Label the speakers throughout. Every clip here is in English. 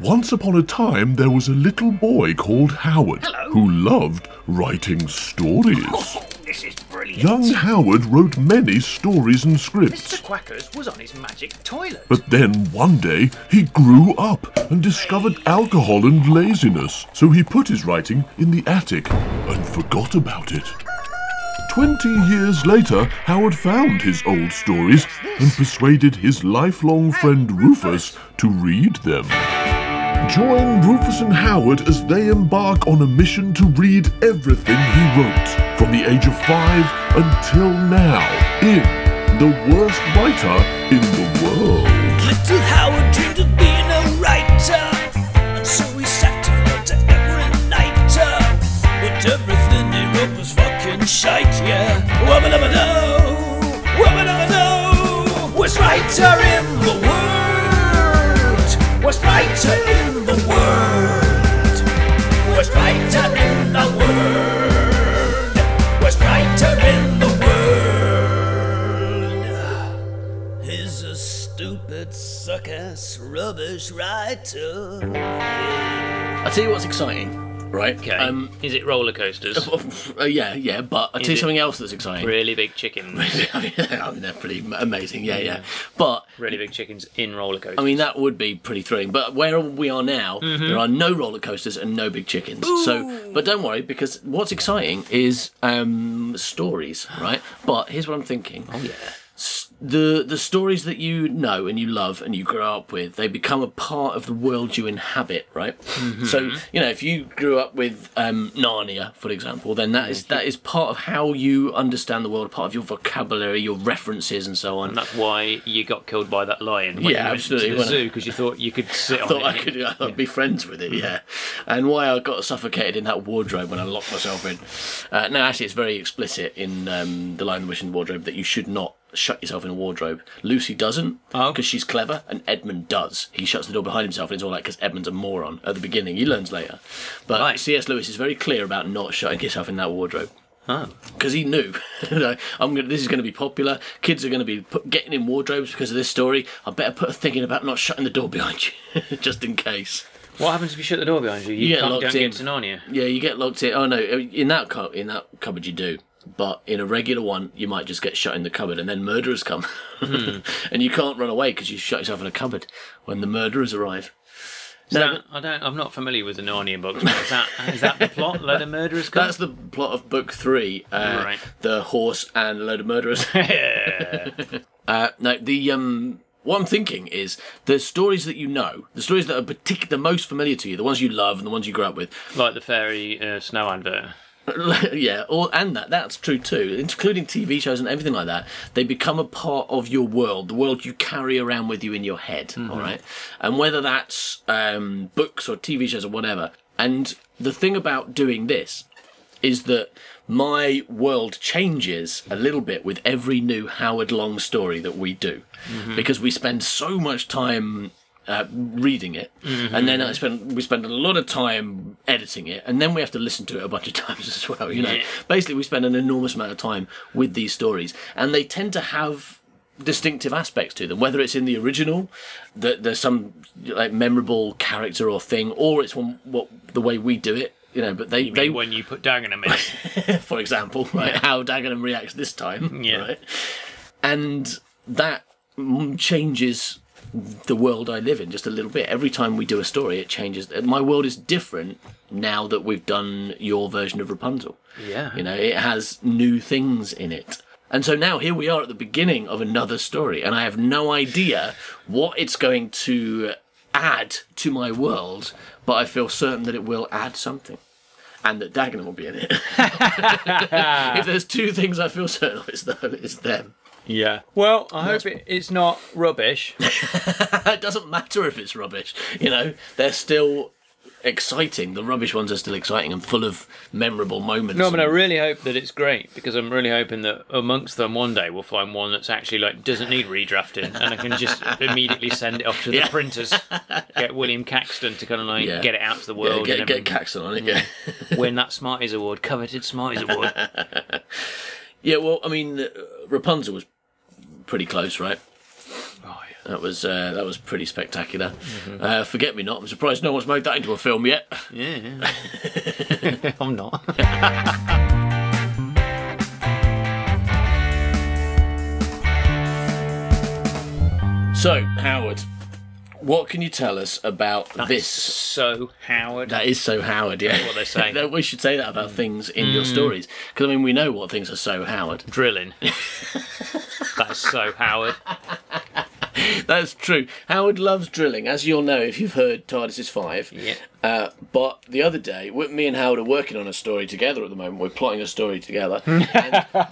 Speaker 1: Once upon a time, there was a little boy called Howard
Speaker 2: Hello.
Speaker 1: who loved writing stories.
Speaker 2: Oh, this is brilliant.
Speaker 1: Young Howard wrote many stories and
Speaker 2: Mr.
Speaker 1: scripts.
Speaker 2: Quackers was on his magic toilet.
Speaker 1: But then one day he grew up and discovered alcohol and laziness, so he put his writing in the attic and forgot about it. Twenty years later, Howard found his old stories and persuaded his lifelong friend Rufus to read them. Join Rufus and Howard as they embark on a mission to read everything he wrote from the age of five until now in The Worst Writer in the World.
Speaker 3: Little Howard dreamed of being a writer, and so he sat and wrote an every nighter. But everything he wrote was fucking shite, yeah. Woman of a no, woman of a no, worst writer in the world, worst writer in the world, worst writer in the world, worst writer in the world. He's a stupid, suck ass, rubbish writer.
Speaker 4: I tell you what's exciting, right?
Speaker 2: okay.
Speaker 4: Um,
Speaker 2: is it roller coasters?
Speaker 4: uh, yeah, yeah, but I tell you
Speaker 2: it-
Speaker 4: something else that's exciting.
Speaker 2: really big chickens.
Speaker 4: I mean, I mean, they're pretty m- amazing. Yeah, yeah. But
Speaker 2: really big chickens in roller coasters.
Speaker 4: I mean, that would be pretty thrilling. But where we are now, there are no roller coasters and no big chickens. So, but don't worry because what's exciting is um, stories, right? But here's what I'm thinking. Oh yeah. The the stories that you know and you love and you grow up with, they become a part of the world you inhabit, right? So you know, if you grew up with um, Narnia, for example, then that is that is part of how you understand the world, part of your vocabulary, your references, and so on.
Speaker 2: that's why you got killed by that lion. When
Speaker 4: Yeah,
Speaker 2: you went
Speaker 4: absolutely,
Speaker 2: To the
Speaker 4: when I-
Speaker 2: zoo because you thought you could sit on
Speaker 4: thought
Speaker 2: it.
Speaker 4: I could uh, be friends with it, yeah. And why I got suffocated in that wardrobe when I locked myself in. Uh, no, actually, it's very explicit in um, The Lion, the Witch, and the Wardrobe that you should not shut yourself in a wardrobe. Lucy doesn't
Speaker 2: Oh.
Speaker 4: because she's clever, and Edmund does. He shuts the door behind himself, and it's all like because Edmund's a moron at the beginning. He learns later. But
Speaker 2: Right.
Speaker 4: C.S. Lewis is very clear about not shutting yourself in that wardrobe because he knew you know, I'm gonna, this is going to be popular. Kids are going to be put, getting in wardrobes because of this story. I better put a thing in about not shutting the door behind you, just in case.
Speaker 2: What happens if you shut the door behind you? You,
Speaker 4: You get
Speaker 2: can't,
Speaker 4: locked
Speaker 2: don't
Speaker 4: in.
Speaker 2: get to Narnia.
Speaker 4: Yeah, you get locked in. Oh no, in that cu- in that cupboard you do, but in a regular one you might just get shut in the cupboard, and then murderers come, and you can't run away because you shut yourself in a cupboard when the murderers arrive.
Speaker 2: So
Speaker 4: No,
Speaker 2: that- I don't. I'm not familiar with the Narnia books. But is that is that the plot? Load of murderers come.
Speaker 4: That's the plot of book three. Uh,
Speaker 2: Right.
Speaker 4: The horse and a load of murderers. uh, no, the um, what I'm thinking is the stories that you know, the stories that are partic- the most familiar to you, the ones you love and the ones you grew up with.
Speaker 2: like the fairy uh, snow advert.
Speaker 4: yeah, all, and that that's true too, including TV shows and everything like that. They become a part of your world, the world you carry around with you in your head. all right, and whether that's um, books or TV shows or whatever. And the thing about doing this is that my world changes a little bit with every new Howard Long story that we do because we spend so much time uh, reading it and then I spend we spend a lot of time editing it and then we have to listen to it a bunch of times as well you know
Speaker 2: Yeah.
Speaker 4: basically we spend an enormous amount of time with these stories and they tend to have distinctive aspects to them whether it's in the original that there's some like memorable character or thing or it's one, what the way we do it you know but they they
Speaker 2: They when you put down in a minute.
Speaker 4: for example, right? How Dagenham reacts this time,
Speaker 2: Yeah.
Speaker 4: right? And that mm, changes the world I live in just a little bit. Every time we do a story, it changes. My world is different now that we've done your version of Rapunzel.
Speaker 2: Yeah.
Speaker 4: You know, it has new things in it. And so now here we are at the beginning of another story, and I have no idea what it's going to add to my world, but I feel certain that it will add something. And that Dagenham will be in it. if there's two things I feel certain of, it's, the, it's them.
Speaker 2: yeah. Well, I hope it, it's not rubbish.
Speaker 4: It doesn't matter if it's rubbish, you know, they're still exciting. The rubbish ones are still exciting and full of memorable moments.
Speaker 2: No, but I really hope that it's great because I'm really hoping that amongst them one day we'll find one that's actually like doesn't need redrafting and I can just immediately send it off to the
Speaker 4: Yeah.
Speaker 2: printers. Get William Caxton to kind of like
Speaker 4: Yeah.
Speaker 2: get it out to the
Speaker 4: yeah,
Speaker 2: world
Speaker 4: get,
Speaker 2: and
Speaker 4: get
Speaker 2: then
Speaker 4: Caxton on it, yeah.
Speaker 2: win that Smarties award, coveted Smarties award.
Speaker 4: Yeah, well, I mean, uh, Rapunzel was pretty close, right?
Speaker 2: oh, yeah. Mm-hmm.
Speaker 4: That was uh, that was pretty spectacular. Uh, Forget me not. I'm surprised no one's made that into a film yet.
Speaker 2: Yeah. I'm not.
Speaker 4: So Howard, what can you tell us about this?
Speaker 2: So Howard.
Speaker 4: That is so Howard. Yeah,
Speaker 2: what Mm. they say.
Speaker 4: That- we should say that about things in your stories because I mean we know what things are so Howard.
Speaker 2: drilling. That's so Howard.
Speaker 4: That's true. Howard loves drilling, as you'll know if you've heard TARDIS is five.
Speaker 2: Yeah.
Speaker 4: Uh, but the other day, we- me and Howard are working on a story together at the moment. We're plotting a story together. and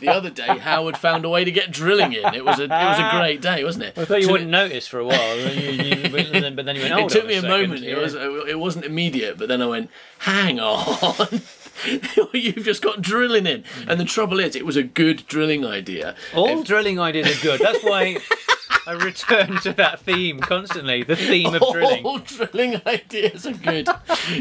Speaker 4: the other day, Howard found a way to get drilling in. It was a it was a great day, wasn't it?
Speaker 2: I thought you
Speaker 4: Took-
Speaker 2: wouldn't notice for a while, you- you- but then but then you went.
Speaker 4: It
Speaker 2: "Hold
Speaker 4: took
Speaker 2: on
Speaker 4: me a,
Speaker 2: second."
Speaker 4: moment. It
Speaker 2: Yeah.
Speaker 4: was it wasn't immediate, but then I went, "Hang on." You've just got drilling in, and the trouble is, it was a good drilling idea.
Speaker 2: All drilling ideas are good. That's why I return to that theme constantly. The theme of drilling.
Speaker 4: All drilling ideas are good.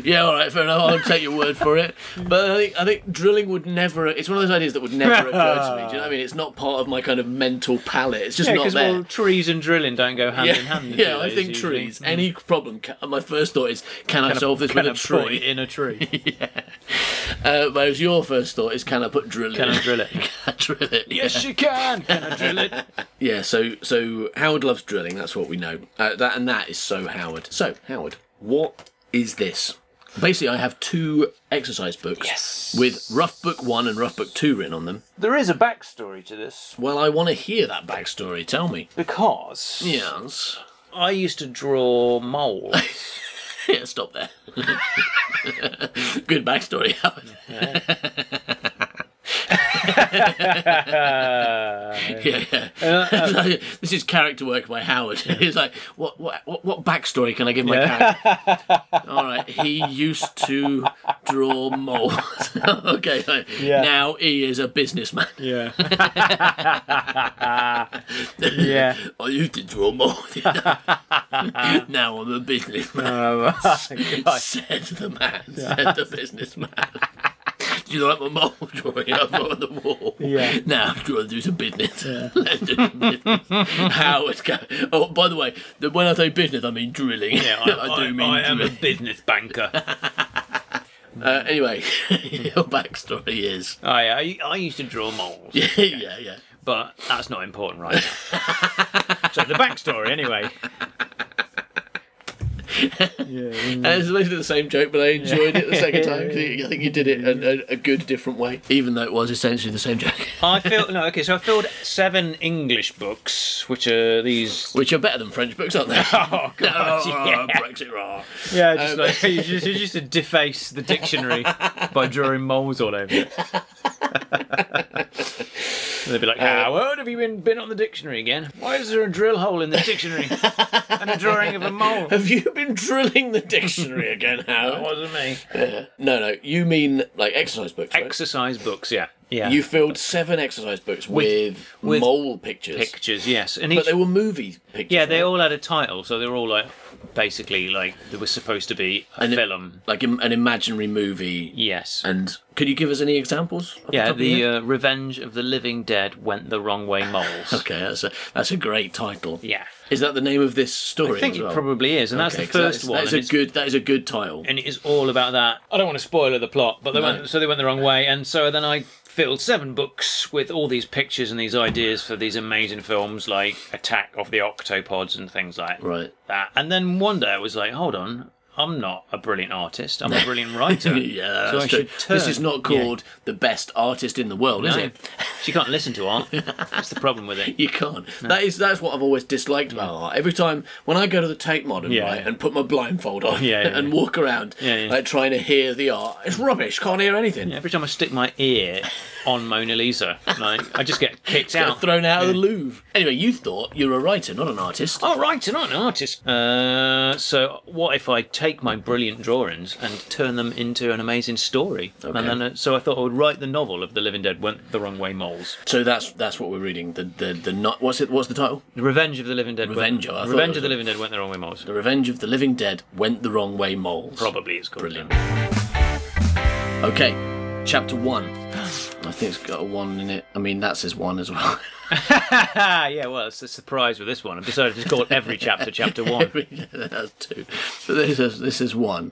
Speaker 4: yeah, all right, fair enough. I'll take your word for it. But I think I think drilling would never. It's one of those ideas that would never occur to me. Do you know what I mean? It's not part of my kind of mental palette. It's just
Speaker 2: Yeah,
Speaker 4: not
Speaker 2: because
Speaker 4: there.
Speaker 2: well, trees and drilling don't go hand
Speaker 4: yeah,
Speaker 2: in hand. do
Speaker 4: yeah,
Speaker 2: they,
Speaker 4: I think
Speaker 2: usually?
Speaker 4: trees. Any problem? Can, my first thought is, can, I
Speaker 2: Can I
Speaker 4: solve this
Speaker 2: put
Speaker 4: with a
Speaker 2: point
Speaker 4: tree?
Speaker 2: in a tree?
Speaker 4: Uh, whereas your first thought is, can I put drilling?
Speaker 2: Can I drill it?
Speaker 4: drill it? Yeah.
Speaker 2: yes, you can. Can I drill it?
Speaker 4: Yeah. So so Howard loves drilling. That's what we know. Uh, that and that is so Howard. So Howard, what is this? Basically, I have two exercise books
Speaker 2: Yes.
Speaker 4: with rough book one and rough book two written on them.
Speaker 2: There is a backstory to this
Speaker 4: Well, I want to hear that backstory. Tell me.
Speaker 2: because
Speaker 4: Yes.
Speaker 2: I used to draw moles.
Speaker 4: Yeah. Stop there. Good backstory, Howard. Yeah, yeah. So, this is character work by Howard. He's like, what, what, what, what backstory can I give my character? All right, he used to draw moles. okay, so
Speaker 2: Yeah.
Speaker 4: now he is a businessman.
Speaker 2: Yeah. yeah.
Speaker 4: I used to draw moles. now I'm a businessman.
Speaker 2: Oh,
Speaker 4: Said the man. Said the businessman. Do you like my mole drawing up on the wall?
Speaker 2: Yeah.
Speaker 4: Now I'm trying to do some business. Let's do some business. How it's going. Oh, by the way, the, when I say business, I mean drilling.
Speaker 2: Yeah, I,
Speaker 4: I, do mean
Speaker 2: I am a
Speaker 4: drilling.
Speaker 2: business banker.
Speaker 4: Uh, anyway, your backstory is.
Speaker 2: I, I I used to draw moles,
Speaker 4: Yeah, yeah, yeah.
Speaker 2: but that's not important right now. so the backstory, anyway.
Speaker 4: And it's basically the same joke, but I enjoyed it the second time. 'cause I think you did it a, a, a good, different way. Even though it was essentially the same joke.
Speaker 2: I filled no okay. So I filled seven English books, which are these.
Speaker 4: Which are better than French books, aren't they?
Speaker 2: Oh God!
Speaker 4: Oh,
Speaker 2: yeah,
Speaker 4: Brexit rah.
Speaker 2: yeah. Just like you just, you just to deface the dictionary by drawing moles all over it. And They'd be like, Howard, have you been, been on the dictionary again? Why is there a drill hole in the dictionary and a drawing of a mole? It
Speaker 4: Have you been drilling the dictionary again, Howard?
Speaker 2: wasn't me.
Speaker 4: No, no. You mean like exercise books? right?
Speaker 2: Exercise books, yeah. Yeah.
Speaker 4: you filled seven exercise books with,
Speaker 2: with
Speaker 4: mole pictures,
Speaker 2: pictures, yes. And
Speaker 4: but
Speaker 2: each,
Speaker 4: they were movie pictures.
Speaker 2: yeah, they
Speaker 4: right?
Speaker 2: all had a title, so they were all like basically like there was supposed to be a
Speaker 4: And it-
Speaker 2: film.
Speaker 4: like im- an imaginary movie.
Speaker 2: Yes.
Speaker 4: And could you give us any examples? off
Speaker 2: yeah,
Speaker 4: top of your
Speaker 2: the uh,
Speaker 4: head?
Speaker 2: Revenge of the Living Dead went the wrong way moles.
Speaker 4: okay, that's a that's a great title.
Speaker 2: Yeah.
Speaker 4: Is that the name of this story?
Speaker 2: I think
Speaker 4: as
Speaker 2: it
Speaker 4: well?
Speaker 2: probably is, and that's the
Speaker 4: Okay, 'cause
Speaker 2: first
Speaker 4: that is,
Speaker 2: one.
Speaker 4: That
Speaker 2: and
Speaker 4: is
Speaker 2: it's-
Speaker 4: a good. That is a good title.
Speaker 2: and it is all about that. I don't want to spoil the plot, but they went so they went the wrong way, and so then I filled seven books with all these pictures and these ideas for these amazing films like Attack of the Octopods and things like
Speaker 4: Right.
Speaker 2: that. And then one day I was like, hold on, I'm not a brilliant artist, I'm a brilliant writer.
Speaker 4: Yeah,
Speaker 2: so
Speaker 4: that's
Speaker 2: I
Speaker 4: true.
Speaker 2: should turn.
Speaker 4: This is not
Speaker 2: Yeah.
Speaker 4: called the best artist in the world, is
Speaker 2: No.
Speaker 4: it?
Speaker 2: She can't listen to art. That's the problem with it.
Speaker 4: You can't. That is that's what I've always disliked about art. Every time when I go to the Tate Modern
Speaker 2: Yeah,
Speaker 4: right
Speaker 2: yeah.
Speaker 4: and put my blindfold on
Speaker 2: Yeah, yeah,
Speaker 4: and
Speaker 2: yeah.
Speaker 4: walk around
Speaker 2: Yeah, yeah.
Speaker 4: like trying to hear the art, it's rubbish. Can't hear anything.
Speaker 2: Every time I stick my ear on Mona Lisa, like, I just get kicked
Speaker 4: Get
Speaker 2: out.
Speaker 4: thrown out of the Louvre. Anyway, you thought you're a writer, not an artist.
Speaker 2: Oh, right, you're not an artist. Uh, so, what if I take my brilliant drawings and turn them into an amazing story? And then, uh, so I thought I would write the novel of the Living Dead went the wrong way moles.
Speaker 4: So that's that's what we're reading. The the the not what's it what's the title?
Speaker 2: The Revenge of the Living Dead.
Speaker 4: Revenge, I
Speaker 2: went,
Speaker 4: thought
Speaker 2: Revenge
Speaker 4: it
Speaker 2: of the
Speaker 4: was-
Speaker 2: Living Dead went the wrong way moles.
Speaker 4: The Revenge of the Living Dead went the wrong way moles.
Speaker 2: Probably it's called.
Speaker 4: Brilliant. Okay, chapter one. I think it's got a one in it. I mean, that's his one as well.
Speaker 2: yeah, well, it's a surprise with this one. I've decided to call every chapter chapter one.
Speaker 4: that's two. But this is this is one.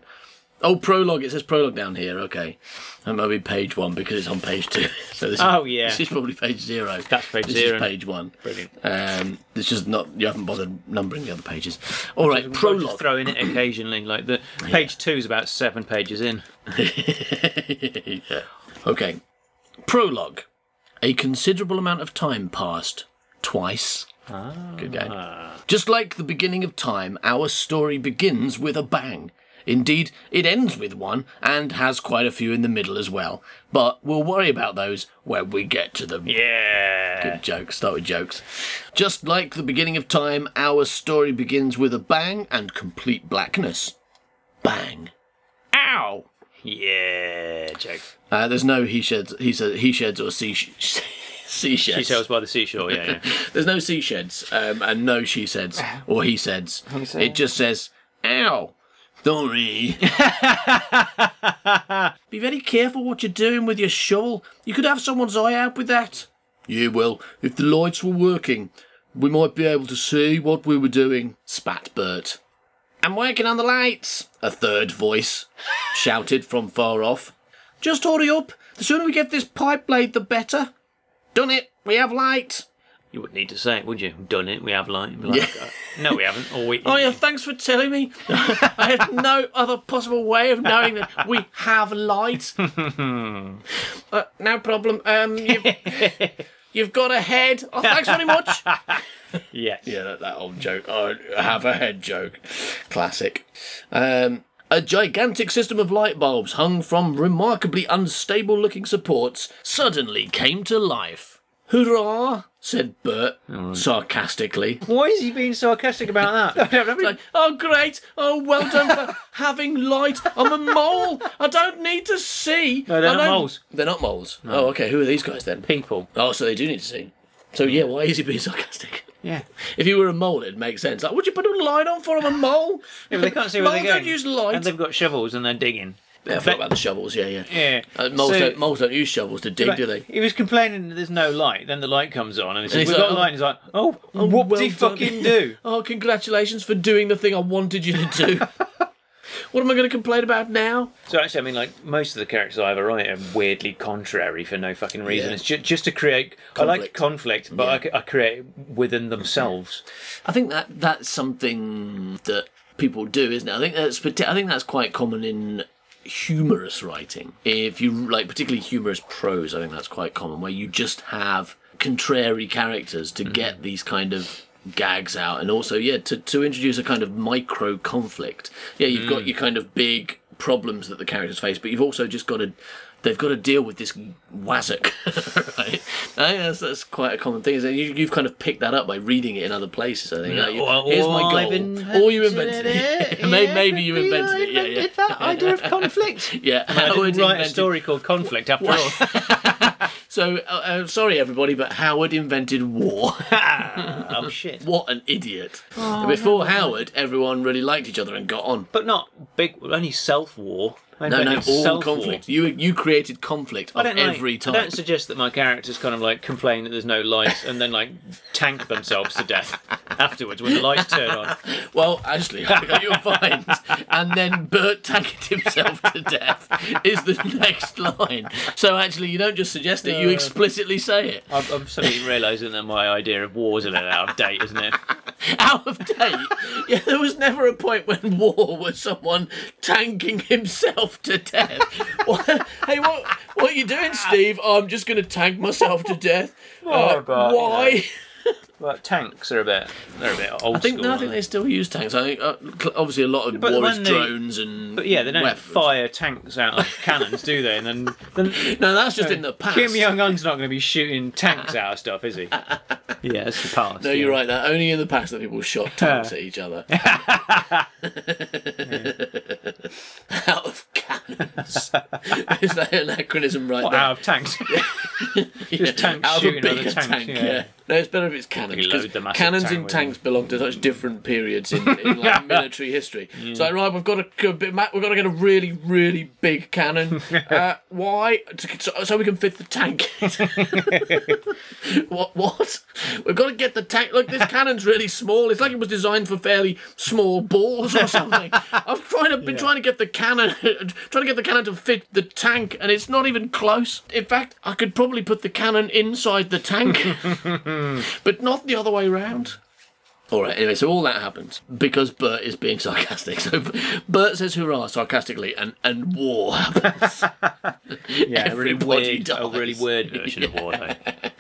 Speaker 4: Oh, prologue. It says prologue down here. Okay, that might be page one because it's on page two. So this.
Speaker 2: Oh,
Speaker 4: is,
Speaker 2: yeah.
Speaker 4: This is probably page zero.
Speaker 2: That's page
Speaker 4: this
Speaker 2: zero.
Speaker 4: Is page one.
Speaker 2: Brilliant.
Speaker 4: Um, it's just not. You haven't bothered numbering the other pages. All right,
Speaker 2: I'll just
Speaker 4: prologue.
Speaker 2: throw in it occasionally. Like the page two is about seven pages in.
Speaker 4: yeah. Okay. Prologue. A considerable amount of time passed. Twice. Good game. Just like the beginning of time, our story begins with a bang. Indeed, it ends with one and has quite a few in the middle as well. But we'll worry about those when we get to them.
Speaker 2: Yeah.
Speaker 4: Good jokes. Start with jokes. Just like the beginning of time, our story begins with a bang and complete blackness. Bang. Ow!
Speaker 2: Yeah. Joke.
Speaker 4: Uh, there's no he sheds, he said he sheds or sea sh- sea sheds.
Speaker 2: She sells by the seashore. Yeah. yeah.
Speaker 4: There's no sea sheds um, and no she seds or he seds. It just says ow. Sorry. Be very careful what you're doing with your shovel. You could have someone's eye out with that. Yeah, well, if the lights were working, we might be able to see what we were doing. Spat Bert. I'm working on the lights. A third voice shouted from far off. Just hurry up. The sooner we get this pipe laid, the better. Done it. We have light.
Speaker 2: you wouldn't need to say it, would you? Done it. We have light. Be like, uh, no, we haven't. Or we.
Speaker 4: Oh yeah, thanks for telling me. I had no other possible way of knowing that we have light. uh, no problem. Um, you've, you've got a head. Oh, thanks very much.
Speaker 2: Yes.
Speaker 4: Yeah, that, that old joke. Oh, I have a head joke. Classic. Um, a gigantic system of light bulbs hung from remarkably unstable looking supports suddenly came to life. Hurrah! said Bert sarcastically.
Speaker 2: Why is he being sarcastic about that?
Speaker 4: Like, oh, great! Oh, well done for having light! I'm a mole! I don't need to see!
Speaker 2: No, they're
Speaker 4: I
Speaker 2: not
Speaker 4: don't-
Speaker 2: moles.
Speaker 4: They're not moles. Oh, okay, who are these guys then?
Speaker 2: People.
Speaker 4: Oh, so they do need to see. So, yeah, why is he being sarcastic?
Speaker 2: Yeah.
Speaker 4: If you were a mole, it'd make sense. Like, would you put a light on for? I'm a mole.
Speaker 2: Yeah, but they can't see where
Speaker 4: Moles
Speaker 2: they're going.
Speaker 4: don't use
Speaker 2: And
Speaker 4: light.
Speaker 2: they've got shovels and they're digging.
Speaker 4: Yeah, I forgot about the shovels. Yeah, yeah.
Speaker 2: Yeah.
Speaker 4: Uh, moles,
Speaker 2: So-
Speaker 4: don't, moles don't use shovels to dig,
Speaker 2: But
Speaker 4: do they?
Speaker 2: He was complaining that there's no light. Then the light comes on, and he says,
Speaker 4: he's
Speaker 2: "We've
Speaker 4: like,
Speaker 2: got
Speaker 4: oh,
Speaker 2: light." And he's like, "Oh, what did
Speaker 4: well
Speaker 2: he
Speaker 4: done."
Speaker 2: fucking do?"
Speaker 4: Oh, congratulations for doing the thing I wanted you to do. what am I going to complain about now?
Speaker 2: So actually, I mean, like most of the characters I ever write are weirdly contrary for no fucking reason.
Speaker 4: Yeah.
Speaker 2: It's ju- just to create. I like
Speaker 4: Conflict.
Speaker 2: conflict, but I c I I, create within themselves.
Speaker 4: I think that that's something that people do, isn't it? I think that's parti- I think that's quite common in humorous writing. If you like, particularly humorous prose, I think that's quite common, where you just have contrary characters to get these kind of gags out, and also yeah, to to introduce a kind of micro conflict. Yeah, you've got your kind of big problems that the characters face, but you've also just got to they've got to deal with this wazzock, right? I think that's, that's quite a common thing. Is that you, you've kind of picked that up by reading it in other places. I think. Like,
Speaker 2: Well,
Speaker 4: Here's my
Speaker 2: I've
Speaker 4: goal. Or you invented it. May-
Speaker 2: Yeah,
Speaker 4: Maybe you
Speaker 2: I
Speaker 4: invented it. Yeah, yeah.
Speaker 2: invented that idea of conflict.
Speaker 4: Yeah,
Speaker 2: I
Speaker 4: Howard
Speaker 2: didn't write a
Speaker 4: invented-
Speaker 2: story called Conflict after all.
Speaker 4: So, uh, uh, sorry everybody, but Howard invented war.
Speaker 2: oh shit!
Speaker 4: what an idiot!
Speaker 2: Oh,
Speaker 4: Before Howard, everyone really liked each other and got on.
Speaker 2: But not big. Only self war.
Speaker 4: No, no, all conflict. You you created conflict
Speaker 2: I
Speaker 4: of
Speaker 2: don't like-
Speaker 4: every
Speaker 2: I
Speaker 4: time.
Speaker 2: don't suggest that my characters kind of like complain that there's no lights and then like tank themselves to death afterwards when the lights turn on.
Speaker 4: Well, Ashley, I got your find. And then Bert tagged himself to death is the next line. So actually, you don't just suggest it; you
Speaker 2: Uh.
Speaker 4: explicitly say it.
Speaker 2: I'm, I'm suddenly realising that my idea of war's a little out of date, isn't it?
Speaker 4: out of date. yeah, there was never a point when war was someone tanking himself to death. What- hey, what what are you doing, Steve? "Oh, I'm just going to tank myself to death. Uh,
Speaker 2: but, you
Speaker 4: why?
Speaker 2: know. Well, tanks are a bit, they're a bit old
Speaker 4: I think
Speaker 2: school.
Speaker 4: no, I think
Speaker 2: aren't
Speaker 4: they still use tanks. I think uh, cl- obviously a lot of
Speaker 2: but
Speaker 4: war is
Speaker 2: when they-
Speaker 4: drones and
Speaker 2: But yeah, they don't
Speaker 4: weapons.
Speaker 2: fire tanks out of cannons, do they? And then, then
Speaker 4: No, that's just in the past.
Speaker 2: Kim Jong Un's not going to be shooting tanks out of stuff, is he? Yeah, it's the past.
Speaker 4: No, you're right. That only in the past that people shot tanks at each other. Out of cannons. Is that anachronism right there?
Speaker 2: Out of tanks. Just tanks
Speaker 4: out of a
Speaker 2: shooting
Speaker 4: bigger
Speaker 2: other tanks,
Speaker 4: tank.
Speaker 2: yeah.
Speaker 4: No, it's better if it's cannons.
Speaker 2: They load
Speaker 4: 'cause
Speaker 2: the massive
Speaker 4: cannons
Speaker 2: tank
Speaker 4: and
Speaker 2: with
Speaker 4: tanks belong to such different periods in, in like military history.
Speaker 2: Mm.
Speaker 4: It's like right, we've got to go a bit, ma- we've got to get a really, really big cannon. uh, why? To- So, so we can fit the tank. what? What? We've got to get the tank. Look, this cannon's really small. It's like it was designed for fairly small balls or something. I've tried to, been trying to get the cannon, trying to get the cannon to fit the tank, and it's not even close. In fact, I could probably put the cannon inside the tank, but not the other way round. All right. Anyway, so all that happens because Bert is being sarcastic. So Bert says "hurrah" sarcastically, and and war happens.
Speaker 2: Yeah, a really
Speaker 4: Everybody
Speaker 2: weird, a
Speaker 4: dies.
Speaker 2: really weird version of war, though,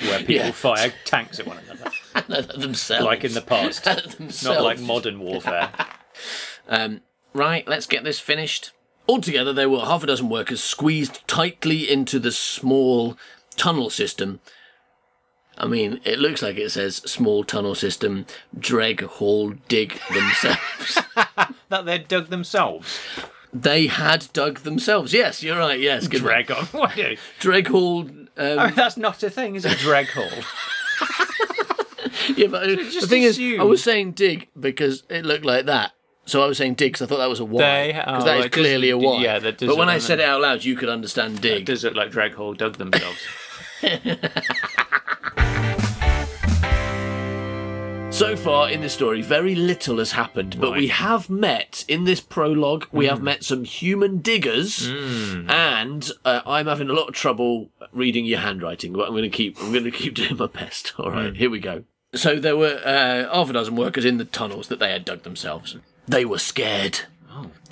Speaker 2: where people
Speaker 4: Yeah.
Speaker 2: fire tanks at one another,
Speaker 4: themselves,
Speaker 2: like in the past,
Speaker 4: themselves. Um,
Speaker 2: not like modern warfare.
Speaker 4: Right, let's get this finished. Altogether, there were half a dozen workers squeezed tightly into the small tunnel system. I mean, it looks like it says small tunnel system, dreg, haul, dig themselves.
Speaker 2: that they dug themselves.
Speaker 4: they had dug themselves. Yes, you're right. Yes, good one.
Speaker 2: Drag on. What do?
Speaker 4: Dreg, haul. Um,
Speaker 2: That's not a thing, is it? Drag hole.
Speaker 4: yeah, but uh, the
Speaker 2: just
Speaker 4: thing is,
Speaker 2: assume.
Speaker 4: I was saying dig because it looked like that. So I was saying dig 'cause I thought that was a Y.
Speaker 2: They-
Speaker 4: Because
Speaker 2: oh,
Speaker 4: that is
Speaker 2: it doesn't-
Speaker 4: clearly a Y.
Speaker 2: yeah, that
Speaker 4: but when
Speaker 2: doesn't-
Speaker 4: I said it out loud, you could understand dig.
Speaker 2: Does look like drag hole dug themselves?
Speaker 4: So far in this story, very little has happened, but we
Speaker 2: Right.
Speaker 4: have met in this prologue. We have met some human diggers, and uh, I'm having a lot of trouble reading your handwriting. But I'm going to keep. I'm going to keep doing my best. All right, here we go. So there were uh, half a dozen workers in the tunnels that they had dug themselves. They were scared.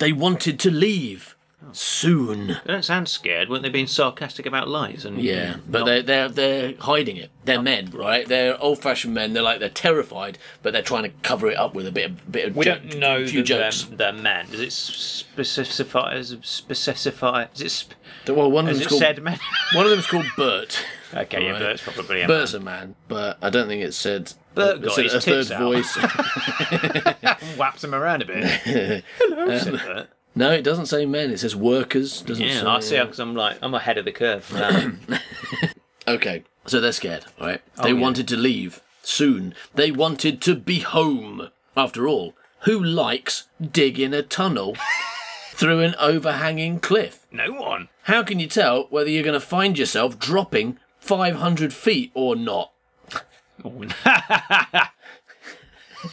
Speaker 4: They wanted to leave soon.
Speaker 2: they don't sound scared. Weren't they being sarcastic about lies? And
Speaker 4: Yeah, but
Speaker 2: Mm. not-
Speaker 4: they're they're they're hiding it. They're men, right? They're old-fashioned men. They're like they're terrified, but they're trying to cover it up with a bit of bit of
Speaker 2: we
Speaker 4: jo-
Speaker 2: don't know
Speaker 4: few
Speaker 2: that they're,
Speaker 4: jokes.
Speaker 2: they're men. Does it specify? Is it specify? Is it, sp-
Speaker 4: Well, one of
Speaker 2: is
Speaker 4: them's
Speaker 2: it
Speaker 4: called
Speaker 2: said men?
Speaker 4: one of them's called Bert.
Speaker 2: okay, yeah,
Speaker 4: Right.
Speaker 2: Bert's probably um, a
Speaker 4: Bert's a man, but I don't think it said.
Speaker 2: Bert
Speaker 4: it
Speaker 2: got
Speaker 4: said
Speaker 2: his
Speaker 4: a third
Speaker 2: tits out.
Speaker 4: voice.
Speaker 2: man. Whaps him around a bit.
Speaker 4: Um,
Speaker 2: Hello, said Bert.
Speaker 4: no, it doesn't say men. It says workers. Doesn't
Speaker 2: Yeah,
Speaker 4: say.
Speaker 2: I see. Because I'm like, I'm ahead of the curve. Um, for that.
Speaker 4: Okay, so they're scared, right?
Speaker 2: Oh,
Speaker 4: They wanted to leave soon. They wanted to be home. After all, who likes digging a tunnel through an overhanging cliff?
Speaker 2: no one.
Speaker 4: How can you tell whether you're going to find yourself dropping 500 feet or not?
Speaker 2: Oh,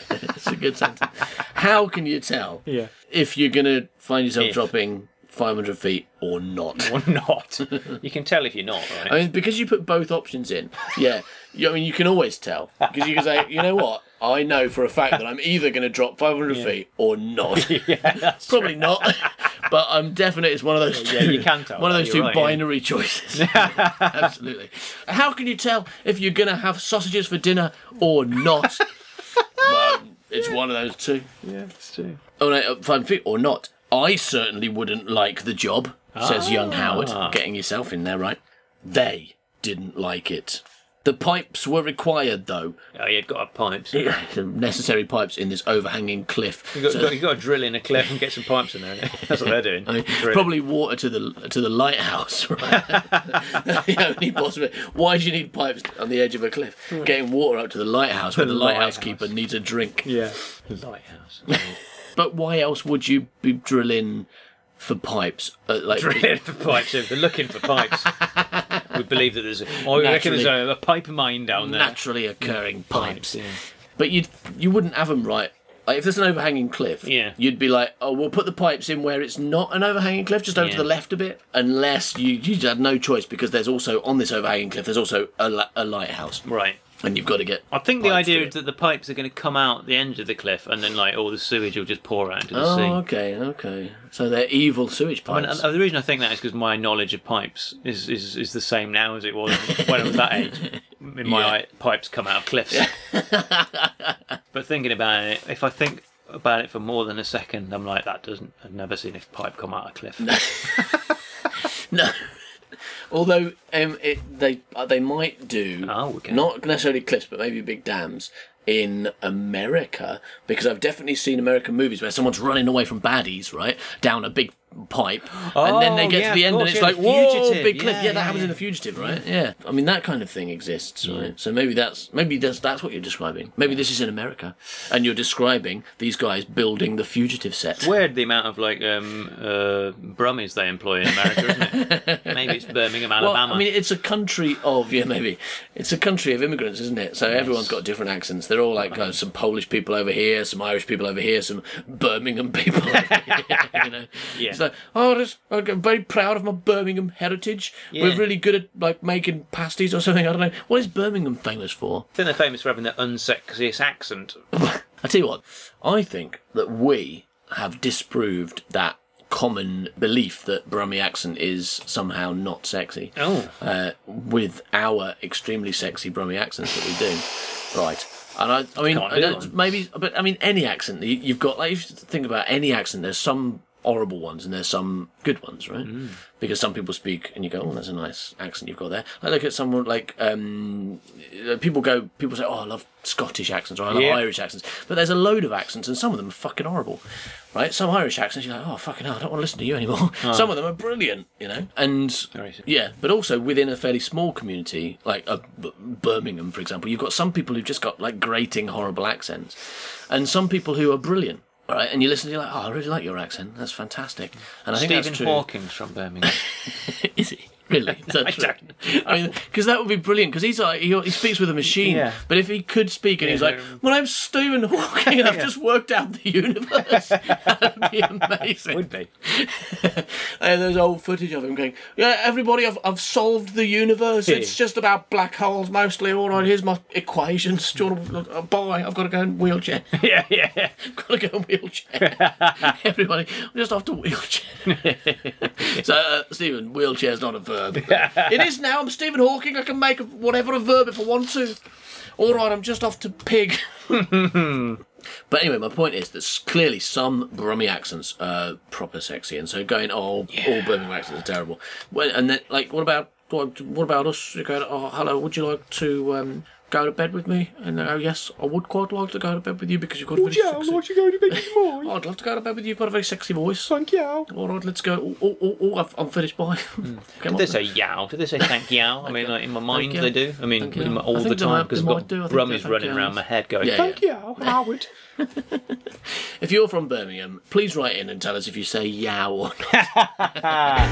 Speaker 4: That's a good sentence. How can you tell
Speaker 2: Yeah.
Speaker 4: if you're going to find yourself
Speaker 2: If.
Speaker 4: dropping 500 feet or not?
Speaker 2: or not. You can tell if you're not, right?
Speaker 4: I mean, because you put both options in, yeah. You, I mean, you can always tell because you can say, you know what? I know for a fact that I'm either going to drop 500 feet or not.
Speaker 2: yeah, that's true.
Speaker 4: Probably not, but I'm definite. It's one of those two.
Speaker 2: Yeah, you can tell
Speaker 4: One of
Speaker 2: that,
Speaker 4: those two
Speaker 2: you're right, yeah.
Speaker 4: binary choices. Absolutely. How can you tell if you're gonna have sausages for dinner or not? well, it's one of those two.
Speaker 2: Yeah, that's true.
Speaker 4: Oh no, uh, five feet or not. I certainly wouldn't like the job. Says
Speaker 2: Ah.
Speaker 4: young Howard, getting yourself in there right. They didn't like it. The pipes were required, though.
Speaker 2: Oh, you've got a pipes. You've
Speaker 4: The necessary pipes in this overhanging cliff.
Speaker 2: got,
Speaker 4: So-
Speaker 2: got, you've got to drill in a cliff and get some pipes in there. That's what they're doing.
Speaker 4: I mean,
Speaker 2: Drilling.
Speaker 4: probably water to the to the lighthouse, right? the only possible. Why do you need pipes on the edge of a cliff? Getting water up to the lighthouse when the,
Speaker 2: Hmm. The
Speaker 4: lighthouse,
Speaker 2: lighthouse.
Speaker 4: keeper needs a drink.
Speaker 2: Yeah. Lighthouse.
Speaker 4: But why else would you be drilling for pipes? Uh, like
Speaker 2: drilling for pipes. If they're looking for pipes, we believe that there's. A, oh, we reckon there's
Speaker 4: Naturally.
Speaker 2: a, a pipe mine down there.
Speaker 4: naturally occurring pipes.
Speaker 2: Yeah.
Speaker 4: But you you wouldn't have them right. Like if there's an overhanging cliff,
Speaker 2: Yeah.
Speaker 4: you'd be like, oh, we'll put the pipes in where it's not an overhanging cliff, just over to
Speaker 2: Yeah.
Speaker 4: the left a bit. Unless you you had no choice because there's also on this overhanging cliff there's also a, li- a lighthouse,
Speaker 2: Right.
Speaker 4: and you've got to get.
Speaker 2: I think the
Speaker 4: Pipes
Speaker 2: idea
Speaker 4: to
Speaker 2: is that the pipes are going to come out the end of the cliff, and then like all the sewage will just pour out into the sea.
Speaker 4: Oh, okay, okay. So they're evil sewage
Speaker 2: I mean,
Speaker 4: pipes.
Speaker 2: uh, the reason I think that is because my knowledge of pipes is, is, is the same now as it was when I was that age. In my
Speaker 4: Yeah.
Speaker 2: eye, pipes come out of cliffs. but thinking about it, if I think about it for more than a second, I'm like, that doesn't. I've never seen a pipe come out of a cliff.
Speaker 4: no. Although um, it, they uh, they might do
Speaker 2: Oh, okay.
Speaker 4: not necessarily cliffs, but maybe big dams in America because I've definitely seen American movies where someone's running away from baddies, right, down a big pipe, and then they
Speaker 2: Oh,
Speaker 4: get
Speaker 2: yeah,
Speaker 4: to the
Speaker 2: of
Speaker 4: end,
Speaker 2: course,
Speaker 4: and it's
Speaker 2: yeah,
Speaker 4: like
Speaker 2: the
Speaker 4: whoa,
Speaker 2: Fugitive.
Speaker 4: big cliff.
Speaker 2: Yeah,
Speaker 4: Yeah, that
Speaker 2: yeah,
Speaker 4: happens in
Speaker 2: yeah.
Speaker 4: the fugitive, right? Yeah, I mean that kind of thing exists, right? So maybe that's maybe that's that's what you're describing. Maybe this is in America, and you're describing these guys building the fugitive set.
Speaker 2: Weird the amount of like um, uh, Brummies they employ in America, isn't it? Maybe it's Birmingham,
Speaker 4: Well,
Speaker 2: Alabama.
Speaker 4: I mean, it's a country of yeah, maybe it's a country of immigrants, isn't it? So everyone's got different accents. They're all like
Speaker 2: Uh-huh.
Speaker 4: kind of some Polish people over here, some Irish people over here, some Birmingham people. over here, you know,
Speaker 2: Yeah.
Speaker 4: it's like oh, this, like, I'm very proud of my Birmingham heritage.
Speaker 2: Yeah.
Speaker 4: We're really good at like making pasties or something. I don't know. What is Birmingham famous for?
Speaker 2: I think they're famous for having their unsexiest accent.
Speaker 4: I tell you what, I think that we have disproved that common belief that Brummie accent is somehow not sexy.
Speaker 2: Oh.
Speaker 4: Uh, with our extremely sexy Brummie accents that we do. Right. And I, I mean,
Speaker 2: Can't
Speaker 4: I
Speaker 2: do
Speaker 4: don't,
Speaker 2: them.
Speaker 4: maybe, but I mean, any accent you, you've got, like, if you think about any accent, there's some horrible ones and there's some good ones, right?
Speaker 2: Mm.
Speaker 4: Because some people speak and you go, oh, that's a nice accent you've got there. I look at someone like, um, uh, people go, people say, oh, I love Scottish accents or I love
Speaker 2: Yeah.
Speaker 4: Irish accents, but there's a load of accents and some of them are fucking horrible, right? Some Irish accents, you're like, oh, fucking hell, I don't want to listen to you anymore. Some of them are brilliant, you know? And
Speaker 2: Ah. Very true.
Speaker 4: yeah, but also within a fairly small community, like a B- Birmingham, for example, you've got some people who've just got like grating, horrible accents, and some people who are brilliant. all Right, and you listen, to you're like, oh, I really like your accent. That's fantastic. And I think
Speaker 2: Stephen
Speaker 4: that's true.
Speaker 2: Hawking's from Birmingham.
Speaker 4: Is he really? Is that
Speaker 2: I
Speaker 4: true?
Speaker 2: don't
Speaker 4: I mean, because that would be brilliant. Because he's like, he, he speaks with a machine.
Speaker 2: Yeah.
Speaker 4: But if he could speak, and he's like,
Speaker 2: no.
Speaker 4: "Well, I'm Stephen Hawking, and I've just worked out the universe," that'd be amazing.
Speaker 2: Would be.
Speaker 4: and there's old footage of him going, "Yeah, everybody, I've, I've solved the universe. It's just about black holes mostly. All right, here's my equations. Do you want to look, uh, bye? I've got to go in wheelchair.
Speaker 2: yeah, yeah.
Speaker 4: got to go in wheelchair. everybody, I'm just after wheelchair. so, uh, Stephen, wheelchair's not a verb. it is now. I'm Stephen Hawking. I can make whatever a verb if I want to. All right, I'm just off to pig. But anyway, my point is that s- clearly some Brummie accents are proper sexy, and so going, oh, all Birmingham accents are terrible. Well, and then, like, what about what, what about us? You're going, oh, hello, would you like to um, go to bed with me? And they go, yes, I would quite like to go to bed with you because you've got a very sexy.
Speaker 5: you go to bed
Speaker 4: Oh, I'd love to go to bed with you. You've got a very sexy voice.
Speaker 5: Thank you.
Speaker 4: All right, let's go. Oh, oh, oh, oh I've, I'm finished. Bye. Come on.
Speaker 2: Hmm. Did they say yow? Did they say thank yow? I mean, like in my mind,
Speaker 4: you.
Speaker 2: they do. I mean,
Speaker 4: Thank you.
Speaker 2: in my-
Speaker 4: I
Speaker 2: all
Speaker 4: think
Speaker 2: the
Speaker 4: they
Speaker 2: time
Speaker 4: might-
Speaker 2: because
Speaker 4: they
Speaker 2: I've
Speaker 4: might
Speaker 2: got
Speaker 4: do. I think
Speaker 2: Brummies
Speaker 4: they're
Speaker 2: running
Speaker 4: thank
Speaker 2: around
Speaker 4: yows.
Speaker 2: my head going,
Speaker 4: Yeah, yeah.
Speaker 5: Thank you, Howard.
Speaker 4: If you're from Birmingham, please write in and tell us if you say yow or not.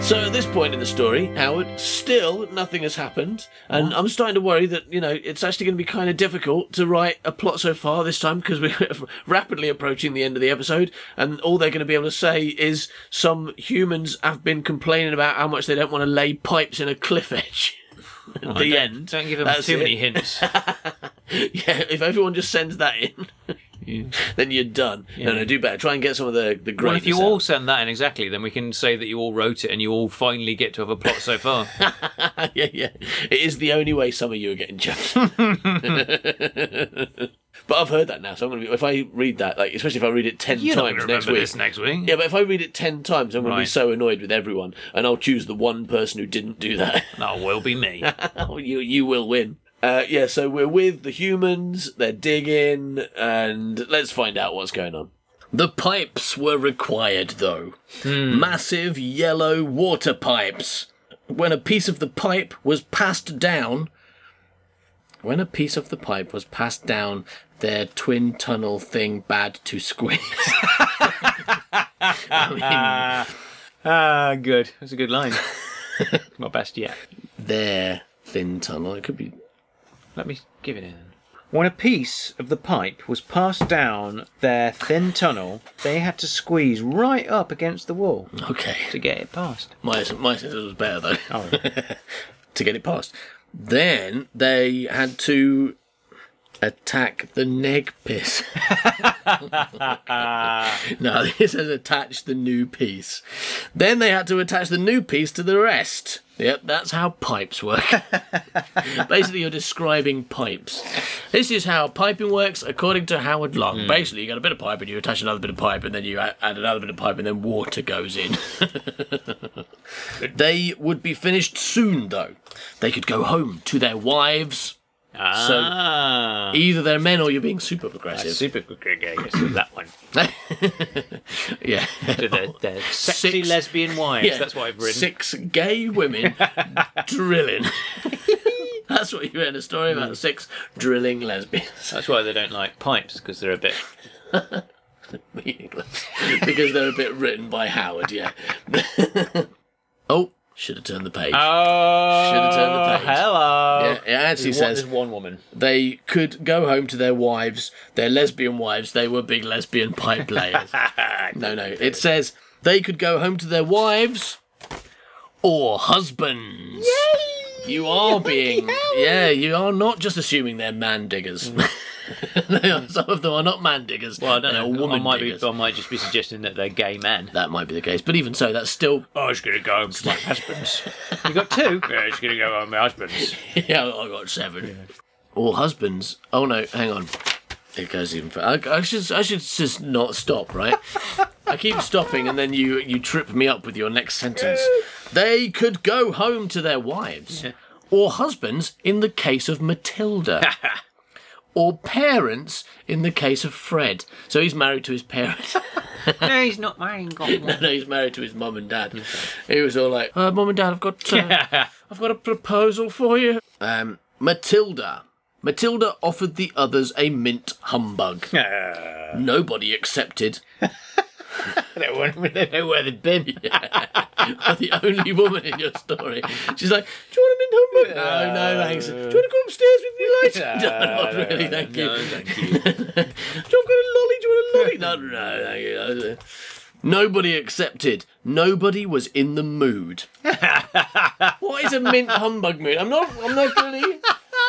Speaker 4: so at this point in the story, Howard, still nothing has happened, and I'm starting to worry that you know it's actually going to be kind of difficult to write a plot so far this time because we're rapidly approaching the end of the episode, and all they're going to be able to say is some humans have been complaining about how much they don't want to lay pipes in a cliff edge. At the
Speaker 2: don't,
Speaker 4: end.
Speaker 2: Don't give them
Speaker 4: That's
Speaker 2: too
Speaker 4: it.
Speaker 2: many hints.
Speaker 4: Yeah, if everyone just sends that in, then you're done. No, no, do better. Try and get some of the the great.
Speaker 2: well, if you all send that in exactly, then we can say that you all wrote it and you all finally get to have a plot so far.
Speaker 4: yeah, yeah, it is the only way some of you are getting judged. but I've heard that now, so I'm gonna be. If I read that, like especially if I read it 10
Speaker 2: You're not going
Speaker 4: times
Speaker 2: to
Speaker 4: next
Speaker 2: remember
Speaker 4: week.
Speaker 2: this next week.
Speaker 4: yeah, but if I read it ten times, I'm going to be
Speaker 2: Right.
Speaker 4: so annoyed with everyone, and I'll choose the one person who didn't do that.
Speaker 2: That will be me.
Speaker 4: Oh, you you will win. Uh, yeah, so we're with the humans. They're digging, and let's find out what's going on. The pipes were required, though. Hmm. Massive yellow water pipes. When a piece of the pipe was passed down, when a piece of the pipe was passed down, their twin tunnel thing bad to squeeze. I
Speaker 2: Ah, good. That's a good line. My best yet.
Speaker 4: mean, their thin tunnel. It could be
Speaker 2: Let me give it in. When a piece of the pipe was passed down their thin tunnel, they had to squeeze right up against the wall
Speaker 4: okay.
Speaker 2: to get it past.
Speaker 4: My my sentence was better though. to get it past. Then they had to attack the neg piece. no, this says attach the new piece. Then they had to attach the new piece to the rest. Yep, that's how pipes work. Basically, you're describing pipes. This is how piping works according to Howard Long. Basically, you got a bit of pipe and you attach another bit of pipe and then you a- add another bit of pipe and then water goes in. They would be finished soon, though. They could go home to their wives
Speaker 2: Ah,
Speaker 4: Either they're men or you're being super progressive.
Speaker 2: super yeah, yes, it's that one.
Speaker 4: yeah.
Speaker 2: So they're, they're Oh, sexy
Speaker 4: Six-
Speaker 2: lesbian wives. That's what I've written.
Speaker 4: Six gay women drilling. That's what you read a story
Speaker 2: Mm.
Speaker 4: about six drilling lesbians.
Speaker 2: That's why they don't like pipes because they're a bit.
Speaker 4: Meaningless. because they're a bit written by Howard, yeah. oh, should have turned the page.
Speaker 2: Oh,
Speaker 4: turned the page.
Speaker 2: Hello.
Speaker 4: Yeah, it actually
Speaker 2: There's one-
Speaker 4: says-
Speaker 2: there's one woman.
Speaker 4: They could go home to their wives, their lesbian wives. They were big lesbian pipe players. no, no. It says they could go home to their wives or husbands. You are being, yeah, you are not just assuming they're man diggers. They are- some of them are not man diggers.
Speaker 2: Mm. Well, I don't know.
Speaker 4: Woman
Speaker 2: I might be.
Speaker 4: diggers.
Speaker 2: I might just be suggesting that they're gay men.
Speaker 4: That might be the case, but even so, that's still
Speaker 2: I was going to go home to my husband's. you got two? Yeah, I was going to go home to my husband's.
Speaker 4: yeah, I got seven. Or husbands. Oh no, hang on. It goes even further. I, I should I should just not stop, right? I keep stopping, and then you you trip me up with your next sentence. They could go home to their wives or husbands in the case of Matilda. Or parents in the case of Fred. So he's married to his parents.
Speaker 2: no, he's not mine. Got one.
Speaker 4: no, he's married to his mum and dad. He was all like, uh, "Mum and dad, I've got uh, I've got a proposal for you. Um, Matilda. Matilda offered the others a mint humbug. Nobody accepted.
Speaker 2: They don't know- they don't know where they've been.
Speaker 4: You're the only woman in your story. She's like, Do you want a mint humbug? No, no, thanks. Do you want to go upstairs with me later? No, not really, thank you.
Speaker 2: No, thank you.
Speaker 4: Do you want a lolly? Do you want a lolly? No, no, no, thank you. Nobody accepted. Nobody was in the mood. what is a mint humbug mood? I'm not. I'm not really.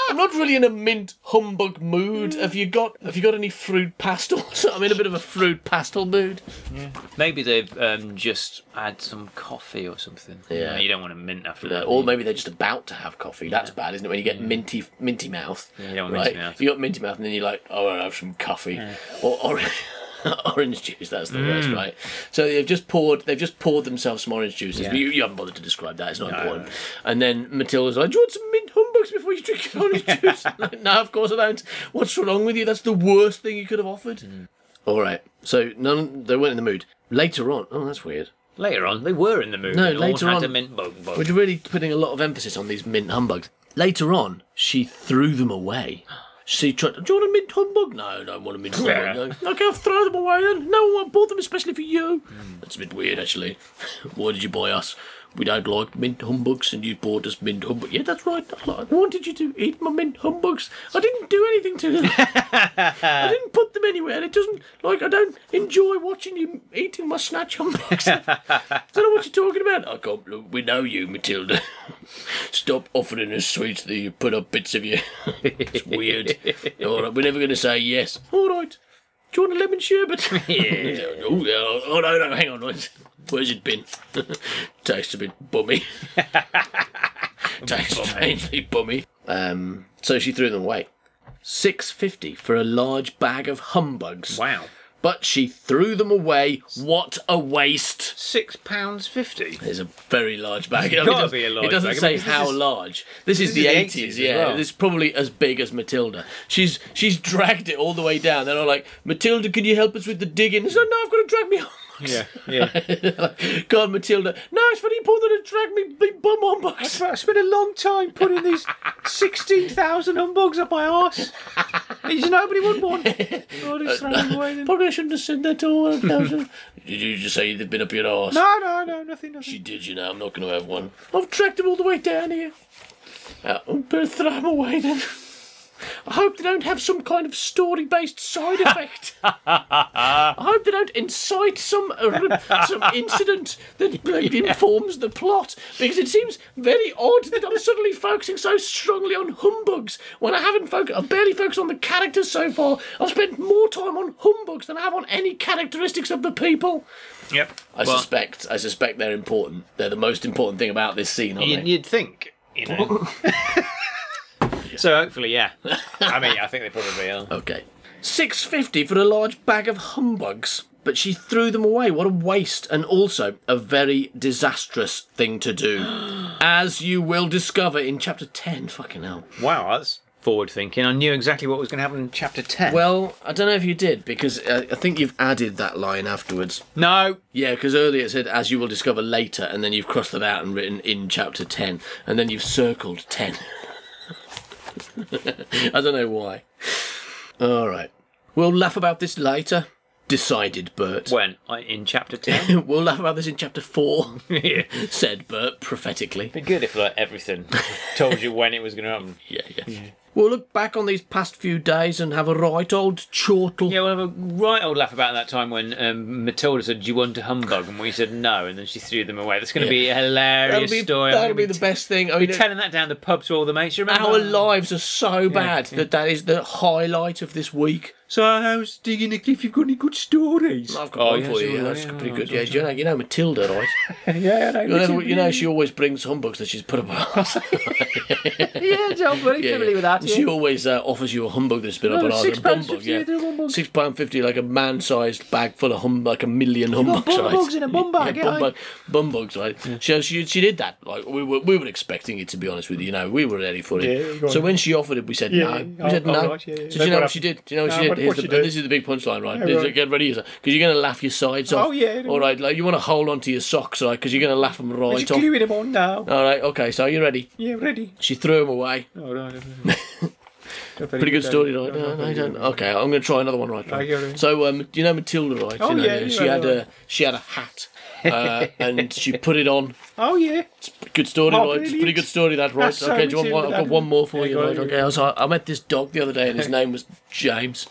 Speaker 4: I'm not really in a mint humbug mood. Have you got? Have you got any fruit pastels? I'm in a bit of a fruit pastel mood.
Speaker 2: Maybe they've um, just had some coffee or something.
Speaker 4: Yeah.
Speaker 2: You don't want a mint after
Speaker 4: Uh,
Speaker 2: that.
Speaker 4: or maybe they're just about to have coffee. That's bad, isn't it? When you get minty, minty mouth.
Speaker 2: you don't want
Speaker 4: right?
Speaker 2: minty mouth.
Speaker 4: If you got minty mouth, and then you're like, oh, I have some coffee or orange. Orange juice, that's the worst,
Speaker 2: Mm.
Speaker 4: right? So they've just poured, they've just poured themselves some orange juices. But you, you haven't bothered to describe that; it's not important. And then Matilda's like, "Do you want some mint humbugs before you drink your orange juice?" Like, no, of course I don't. What's wrong with you? That's the worst thing you could have offered.
Speaker 2: Mm.
Speaker 4: All right, so none, they weren't in the mood. Later on, oh, that's weird.
Speaker 2: Later on, they were in the mood.
Speaker 4: No,
Speaker 2: and all
Speaker 4: later
Speaker 2: had
Speaker 4: on-
Speaker 2: a mint bug. bug.
Speaker 4: We're really putting a lot of emphasis on these mint humbugs. Later on, she threw them away. She tried. Do you want a mint humbug? No, I don't want a mint humbug. No. Okay, I'll throw them away then. No, I bought them especially for you. Hmm. That's a bit weird, actually. Why did you buy us? We don't like mint humbugs, and you bought us mint humbug. Yeah, that's right. I like- I wanted you to eat my mint humbugs. I didn't do anything to them. I didn't put them anywhere. and It doesn't like I don't enjoy watching you eating my snatch humbugs. don't know what you're talking about. I can't. Look, we know you, Matilda. Stop offering us sweets that you put up bits of you. it's weird. All right, we're never going to say yes. All right. Do you want a lemon sherbet? yeah. oh, yeah. oh, no, no, hang on. Where's, where's it been? Tastes a bit bummy. Tastes strangely bummy. Um, so she threw them away. Six fifty for a large bag of humbugs.
Speaker 2: Wow.
Speaker 4: But she threw them away. What a waste!
Speaker 2: Six pounds fifty.
Speaker 4: It's a very large bag. It's
Speaker 2: gotta be a large
Speaker 4: It doesn't
Speaker 2: bag. I
Speaker 4: say
Speaker 2: mean, this
Speaker 4: how
Speaker 2: is-
Speaker 4: large. This, is,
Speaker 2: is
Speaker 4: the
Speaker 2: the
Speaker 4: 80s,
Speaker 2: 80s as
Speaker 4: yeah.
Speaker 2: well.
Speaker 4: This is probably as big as Matilda. She's she's dragged it all the way down. They're all like, Matilda, can you help us with the digging? She's like, no, I've got to drag me
Speaker 2: Yeah, yeah.
Speaker 4: on. God, Matilda, no, it's very important to drag me big bum on box.
Speaker 2: I spent a long time putting these sixteen thousand humbugs up my arse. These nobody would want. Oh, just throw them away then.
Speaker 4: Probably I shouldn't have said that to all. Did you just say they've been up your arse?
Speaker 2: No, no, no, nothing, nothing.
Speaker 4: She did, you know. I'm not going to have one. I've tracked them all the way down here. Uh, I better throw them away then. I hope they don't have some kind of story-based side effect. I hope they don't incite some uh, some incident that like, informs the plot. Because it seems very odd that I'm suddenly focusing so strongly on humbugs when I haven't focused. I've barely focused on the characters so far. I've spent more time on humbugs than I have on any characteristics of the people.
Speaker 2: Yep.
Speaker 4: I suspect. I suspect they're important. They're the most important thing about this scene, aren't
Speaker 2: You'd,
Speaker 4: they?
Speaker 2: you'd think, you know. so hopefully, yeah. I mean, I think they probably are.
Speaker 4: Okay. Six fifty for a large bag of humbugs. But she threw them away. What a waste, and also a very disastrous thing to do, as you will discover in chapter ten. Fucking hell.
Speaker 2: Wow, that's forward thinking. I knew exactly what was going to happen in chapter 10.
Speaker 4: Well, I don't know if you did because uh, I think you've added that line afterwards.
Speaker 2: no.
Speaker 4: Yeah, because earlier it said, as you will discover later, and then you've crossed that out and written in chapter 10, and then you've circled 10. I don't know why. All right. We'll laugh about this later. Decided, Bert.
Speaker 2: When? I, in chapter 10?
Speaker 4: we'll laugh about this in chapter 4,
Speaker 2: yeah.
Speaker 4: said Bert prophetically.
Speaker 2: Be good if like everything told you when it was going to happen.
Speaker 4: Yeah, yeah. We'll look back on these past few days and have a right old chortle.
Speaker 2: Yeah, we'll have a right old laugh about that time when um, Matilda said, "Do you want a humbug?" and we said no, and then she threw them away. That's going to be a
Speaker 4: that'll
Speaker 2: hilarious
Speaker 4: be,
Speaker 2: story. I'm
Speaker 4: that'll
Speaker 2: gonna
Speaker 4: be the
Speaker 2: t-
Speaker 4: best thing. I mean,
Speaker 2: Telling that down the pub to all the mates. You remember?
Speaker 4: our lives are so bad that that is the highlight of this week.
Speaker 2: So I was digging it if you've got any good stories.
Speaker 4: I've got one for you. yeah, that's pretty good. Yeah, do you know, you know Matilda, right?
Speaker 2: Yeah, I
Speaker 4: you,
Speaker 2: know.
Speaker 4: know, you know, she always brings humbugs that she's put up her arse.
Speaker 2: yeah, John, very
Speaker 4: Yeah,
Speaker 2: familiar
Speaker 4: yeah.
Speaker 2: with that.
Speaker 4: And She always uh, offers you a humbug that's been up
Speaker 2: Oh,
Speaker 4: an arse.
Speaker 2: six
Speaker 4: a
Speaker 2: pounds
Speaker 4: bumbug,
Speaker 2: fifty with a humbug.
Speaker 4: Six pound fifty, like a man-sized bag full of humbug, like a million humbugs.
Speaker 2: bumbugs
Speaker 4: right?
Speaker 2: in a bumbag,
Speaker 4: yeah,
Speaker 2: yeah,
Speaker 4: bumbug, bumbugs, right? So she, she did that. Like we were, we were expecting it to be honest with you. You know, we were ready for it.
Speaker 5: Yeah, go
Speaker 4: so
Speaker 5: on.
Speaker 4: when she offered it, we said
Speaker 5: Yeah,
Speaker 4: no.
Speaker 5: yeah,
Speaker 4: We said
Speaker 5: oh,
Speaker 4: no.
Speaker 5: right, yeah, yeah.
Speaker 4: So do
Speaker 5: Then
Speaker 4: you know
Speaker 5: what
Speaker 4: what she did? Do you know what
Speaker 5: No,
Speaker 4: she did?
Speaker 5: what-
Speaker 4: Here's
Speaker 5: what
Speaker 4: the-
Speaker 5: she did?
Speaker 4: This is the big punchline, right?
Speaker 5: Yeah, right.
Speaker 4: Get ready, because you're going to laugh your sides off.
Speaker 5: Oh, yeah,
Speaker 4: All right, like you want to hold onto your socks, right? Because you're going to laugh them right off.
Speaker 5: them on now.
Speaker 4: All right, okay. So are you ready?
Speaker 5: Yeah, ready.
Speaker 4: She threw them away.
Speaker 5: All right.
Speaker 4: Pretty good story, right? No, no, I don't. Okay, I'm going to try another one, right? right.
Speaker 5: you're right.
Speaker 4: So, um, do you know Matilda, right?
Speaker 5: Oh,
Speaker 4: you know,
Speaker 5: yeah,
Speaker 4: yeah,
Speaker 5: you
Speaker 4: she
Speaker 5: know,
Speaker 4: had
Speaker 5: yeah.
Speaker 4: a she had a hat, uh, and she put it on.
Speaker 5: Oh yeah.
Speaker 4: Good story,
Speaker 5: Oh,
Speaker 4: right? It's a pretty
Speaker 5: brilliant.
Speaker 4: good story, that, right?
Speaker 5: That's so
Speaker 4: okay, do you want
Speaker 5: Matilda,
Speaker 4: one? I've got
Speaker 5: that-
Speaker 4: one more for
Speaker 5: Yeah,
Speaker 4: you,
Speaker 5: go on,
Speaker 4: right?
Speaker 5: you
Speaker 4: Okay, I, was, I met this dog the other day, and his name was James.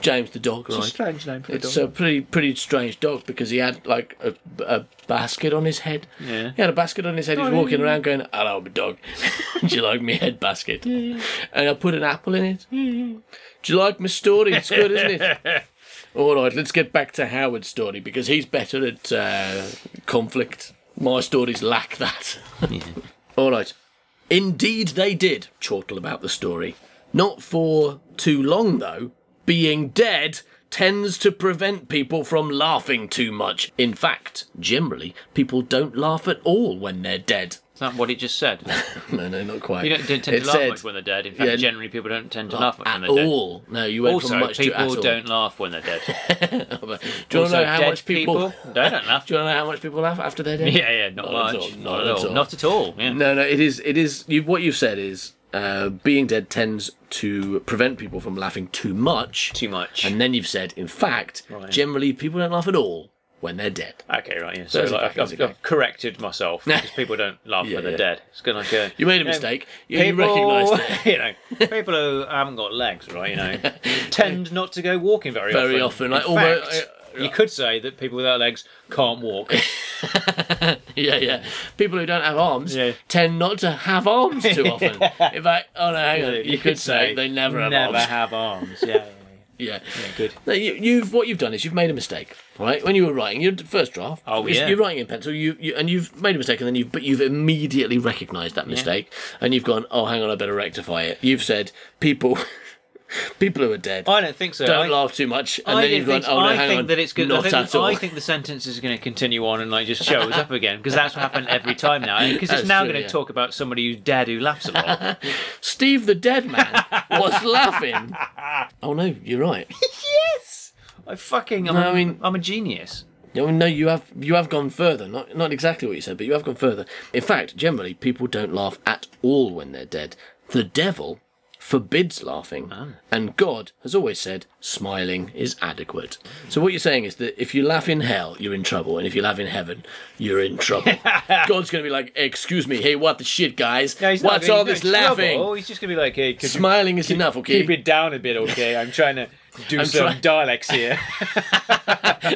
Speaker 4: James the dog, right?
Speaker 5: Strange name for a
Speaker 4: It's a
Speaker 5: dog.
Speaker 4: pretty pretty strange dog because he had like a, a basket on his head.
Speaker 2: Yeah.
Speaker 4: He had a basket on his head. He was walking around going, "Hello, my dog. Do you like my head basket?" And I put an apple in it. Do you like my story? It's good, isn't it? All right, let's get back to Howard's story because he's better at uh, conflict. My stories lack that. All right. Indeed, they did chortle about the story. Not for too long, though. Being dead tends to prevent people from laughing too much. In fact, generally, people don't laugh at all when they're dead.
Speaker 2: Is that what he just said?
Speaker 4: No, no, not quite.
Speaker 2: You don't, don't tend
Speaker 4: It
Speaker 2: to laugh
Speaker 4: said
Speaker 2: much when they're dead. In fact,
Speaker 4: yeah.
Speaker 2: generally people don't tend to laugh much when
Speaker 4: At
Speaker 2: they're dead.
Speaker 4: all. No, you went from
Speaker 2: Also,
Speaker 4: much to at
Speaker 2: people
Speaker 4: all.
Speaker 2: don't laugh when they're dead.
Speaker 4: Do you want to
Speaker 2: also,
Speaker 4: know how
Speaker 2: dead
Speaker 4: much people...
Speaker 2: they don't laugh.
Speaker 4: Do you want to know how much people laugh after they're dead?
Speaker 2: Yeah, yeah, not,
Speaker 4: Not at
Speaker 2: much.
Speaker 4: all,
Speaker 2: Not, at all. Not at all. Yeah.
Speaker 4: No, no, it is. It is. You, what you've said is uh, being dead tends to prevent people from laughing too much.
Speaker 2: Too much.
Speaker 4: And then you've said, in fact, generally people don't laugh at all when they're dead.
Speaker 2: Okay, right. Yeah. So
Speaker 4: Those are
Speaker 2: like, I've,
Speaker 4: factors,
Speaker 2: I've,
Speaker 4: okay.
Speaker 2: I've corrected myself because people don't laugh
Speaker 4: Yeah,
Speaker 2: when they're
Speaker 4: yeah.
Speaker 2: dead. It's kind of like a,
Speaker 4: You made a mistake. You, you recognised it.
Speaker 2: you know, people who haven't got legs, right? You know, tend not to go walking very,
Speaker 4: Very
Speaker 2: often.
Speaker 4: often, like, uh,
Speaker 2: In
Speaker 4: almo-
Speaker 2: fact, you could say that people without legs can't walk.
Speaker 4: Yeah, yeah. People who don't have arms
Speaker 2: Yeah.
Speaker 4: tend not to have arms too often. In fact, oh no, hang on. You, could say they never have
Speaker 2: never
Speaker 4: arms.
Speaker 2: have arms. Yeah.
Speaker 4: Yeah.
Speaker 2: good.
Speaker 4: No, you, you've what you've done is you've made a mistake, right? When you were writing your first draft,
Speaker 2: Oh,
Speaker 4: you're,
Speaker 2: yeah.
Speaker 4: you're writing in pencil, you, you and you've made a mistake, and then you've but you've immediately recognised that mistake, and you've gone, oh, hang on, I better rectify it. You've said people, people who are dead
Speaker 2: I don't think so.
Speaker 4: don't
Speaker 2: I,
Speaker 4: laugh too much, and
Speaker 2: I
Speaker 4: then
Speaker 2: didn't
Speaker 4: you've gone,
Speaker 2: think,
Speaker 4: oh no,
Speaker 2: I
Speaker 4: hang
Speaker 2: think
Speaker 4: on,
Speaker 2: that it's good.
Speaker 4: not
Speaker 2: I, think,
Speaker 4: at all.
Speaker 2: I think the sentence is going to continue on and like just show us up again because that's what happened every time now. Because
Speaker 4: That's
Speaker 2: it's now
Speaker 4: true,
Speaker 2: going to
Speaker 4: yeah.
Speaker 2: talk about somebody who's dead who laughs a lot.
Speaker 4: Steve the dead man was laughing. Oh no, you're right.
Speaker 2: yes, I fucking. I'm,
Speaker 4: No, I
Speaker 2: I
Speaker 4: mean-
Speaker 2: mean, I'm a genius.
Speaker 4: No, no, you have you have gone further. Not not exactly what you said, but you have gone further. In fact, generally, people don't laugh at all when they're dead. The devil forbids laughing, and God has always said smiling is adequate. So what you're saying is that if you laugh in hell, you're in trouble, and if you laugh in heaven, you're in trouble. God's going to be like, "Excuse me, hey, what the shit, guys?
Speaker 2: No, he's not
Speaker 4: What's
Speaker 2: gonna-
Speaker 4: all
Speaker 2: he's
Speaker 4: this
Speaker 2: not in
Speaker 4: laughing?
Speaker 2: trouble. He's just gonna be like, hey, could you
Speaker 4: Smiling is enough, okay?
Speaker 2: keep it down a bit, okay? I'm trying to do
Speaker 4: I'm
Speaker 2: some
Speaker 4: try-
Speaker 2: dialects here.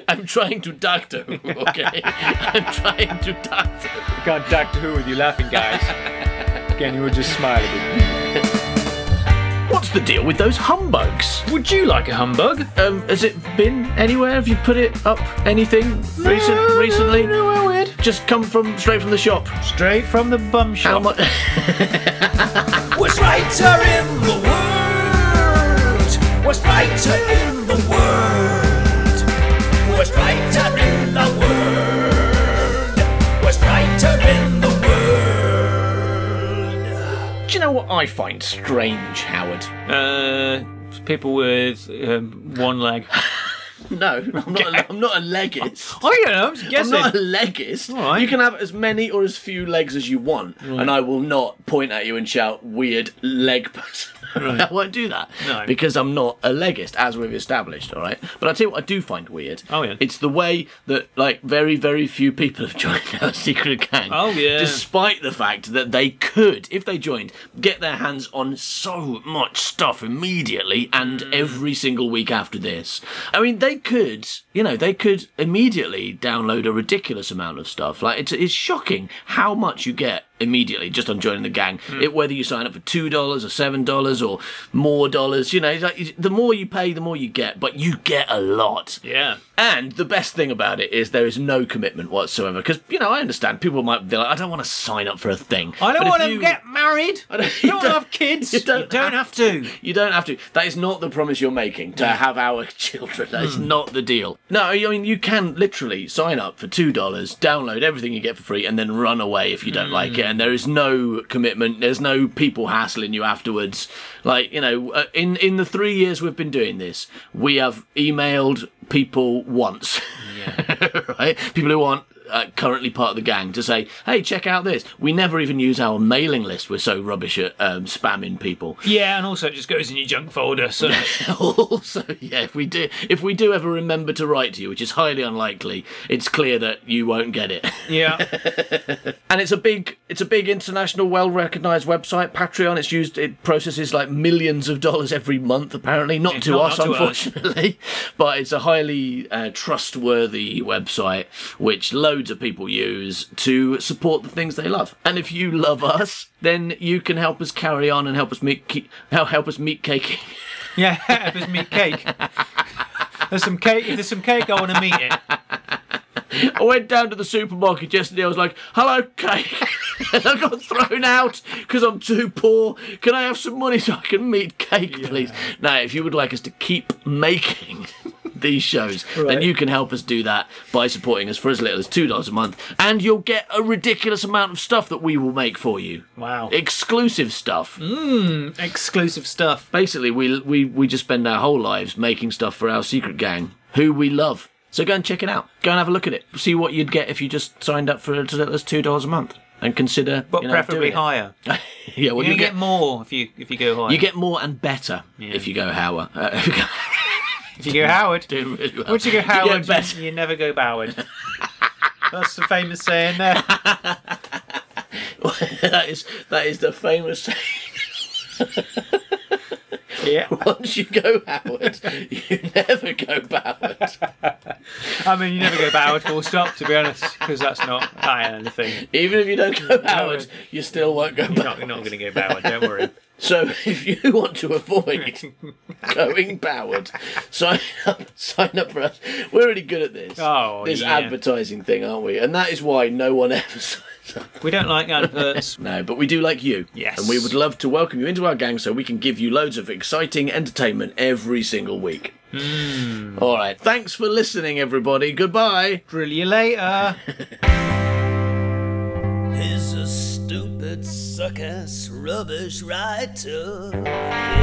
Speaker 4: I'm trying to doctor, okay? I'm trying to doctor."
Speaker 2: Can't Doctor Who with you laughing, guys. Again, you were just smiling.
Speaker 4: What's the deal with those humbugs?
Speaker 2: Would you like a humbug?
Speaker 4: Um, has it been anywhere? Have you put it up anything recent recently?
Speaker 2: I would.
Speaker 4: Just come from straight from the shop.
Speaker 2: Straight from the bum shop.
Speaker 4: How much?
Speaker 3: What's brighter in the world? What's brighter in the world? What's brighter in the world? What's brighter in the world?
Speaker 4: Do you know what what I find strange, Howard.
Speaker 2: Uh, people with um, one leg.
Speaker 4: No, I'm not. A, I'm not a leggist.
Speaker 2: I don't know. I'm just
Speaker 4: I'm
Speaker 2: guessing.
Speaker 4: not a leggist.
Speaker 2: Alright.
Speaker 4: You can have as many or as few legs as you want, and I will not point at you and shout "weird leg person." I won't do that
Speaker 2: No.
Speaker 4: because I'm not a leggist, as we've established. All right, but I tell you what, I do find weird.
Speaker 2: Oh, yeah.
Speaker 4: it's the way that like very very few people have joined our secret gang.
Speaker 2: Oh, yeah.
Speaker 4: despite the fact that they could, if they joined, get their hands on so much stuff immediately and
Speaker 2: Mm.
Speaker 4: every single week after this. I mean, they could, you know, they could immediately download a ridiculous amount of stuff. Like, it's, it's shocking how much you get immediately just on joining the gang.
Speaker 2: Mm.
Speaker 4: It, whether you sign up for $2 or $7 or more dollars, you know, it's like, the more you pay, the more you get, but you get a lot.
Speaker 2: yeah.
Speaker 4: And the best thing about it is there is no commitment whatsoever. Because you know, I understand people might be like, I don't want to sign up for a thing.
Speaker 2: I
Speaker 4: But
Speaker 2: don't
Speaker 4: if
Speaker 2: want to
Speaker 4: you-
Speaker 2: get married. I
Speaker 4: don't-
Speaker 2: don't,
Speaker 4: you
Speaker 2: want
Speaker 4: don't-
Speaker 2: to have kids.
Speaker 4: you
Speaker 2: You
Speaker 4: don't
Speaker 2: don't,
Speaker 4: have
Speaker 2: have to.
Speaker 4: You don't have to. That is not the promise you're making to have our children. That is not the deal. No, I mean you can literally sign up for two dollars, download everything you get for free, and then run away if you don't like it. And there is no commitment. There's no people hassling you afterwards. Like you know, uh, in in the three years we've been doing this, we have emailed people once. right? People who aren't uh, currently part of the gang to say, "Hey, check out this." We never even use our mailing list. We're so rubbish at um, spamming people.
Speaker 2: Yeah, and also it just goes in your junk folder. So
Speaker 4: also, yeah, if we do, if we do ever remember to write to you, which is highly unlikely, it's clear that you won't get it.
Speaker 2: yeah,
Speaker 4: and it's a big, it's a big international, well-recognized website, Patreon. It's used, it processes like millions of dollars every month, apparently, not to
Speaker 2: not-
Speaker 4: us,
Speaker 2: not to us.
Speaker 4: unfortunately, but it's a highly uh, trustworthy website which loads of people use to support the things they love. And if you love us, then you can help us carry on and help us meet, ke- help us meet cake.
Speaker 2: yeah. There's meat cake. There's some cake. If there's some cake, I want to meet it.
Speaker 4: I went down to the supermarket yesterday. I was like, "Hello, cake." and I got thrown out because I'm too poor. Can I have some money so I can meet cake, please? Now, if you would like us to keep making these shows, then
Speaker 2: Right.
Speaker 4: you can help us do that by supporting us for as little as two dollars a month, and you'll get a ridiculous amount of stuff that we will make for you.
Speaker 2: Wow.
Speaker 4: Exclusive stuff.
Speaker 2: Exclusive stuff.
Speaker 4: Basically, we we we just spend our whole lives making stuff for our secret gang, who we love. So go and check it out. Go and have a look at it. See what you'd get if you just signed up for as little as two dollars a month, and consider.
Speaker 2: But
Speaker 4: you know,
Speaker 2: preferably
Speaker 4: doing it.
Speaker 2: higher.
Speaker 4: Yeah, well,
Speaker 2: You're
Speaker 4: you
Speaker 2: gonna
Speaker 4: get,
Speaker 2: get more if you if you go higher.
Speaker 4: you get more and better if you go Howard. Uh, if you go,
Speaker 2: if you go Howard.
Speaker 4: doing really well.
Speaker 2: Once you go
Speaker 4: get
Speaker 2: Howard, you,
Speaker 4: better.
Speaker 2: you never go Boward. That's the famous saying there.
Speaker 4: that is that is the famous. saying,
Speaker 2: Yeah.
Speaker 4: Once you go Howard, you never go Howard.
Speaker 2: I mean, you never go Boward full stop, to be honest, because that's not higher than anything.
Speaker 4: Even if you don't go Howard, you still won't go
Speaker 2: You're
Speaker 4: Boward.
Speaker 2: not, you're not going to go Boward, don't worry.
Speaker 4: So if you want to avoid going backward, sign up, sign up for us. We're really good at this.
Speaker 2: Oh,
Speaker 4: this
Speaker 2: yeah.
Speaker 4: advertising thing, aren't we? And that is why no one ever signs up.
Speaker 2: We don't like adverts.
Speaker 4: No, but we do like you.
Speaker 2: Yes.
Speaker 4: And we would love to welcome you into our gang so we can give you loads of exciting entertainment every single week.
Speaker 2: Hmm.
Speaker 4: All right. Thanks for listening, everybody. Goodbye.
Speaker 2: Drill you later.
Speaker 3: He's a stupid, suck ass, rubbish writer.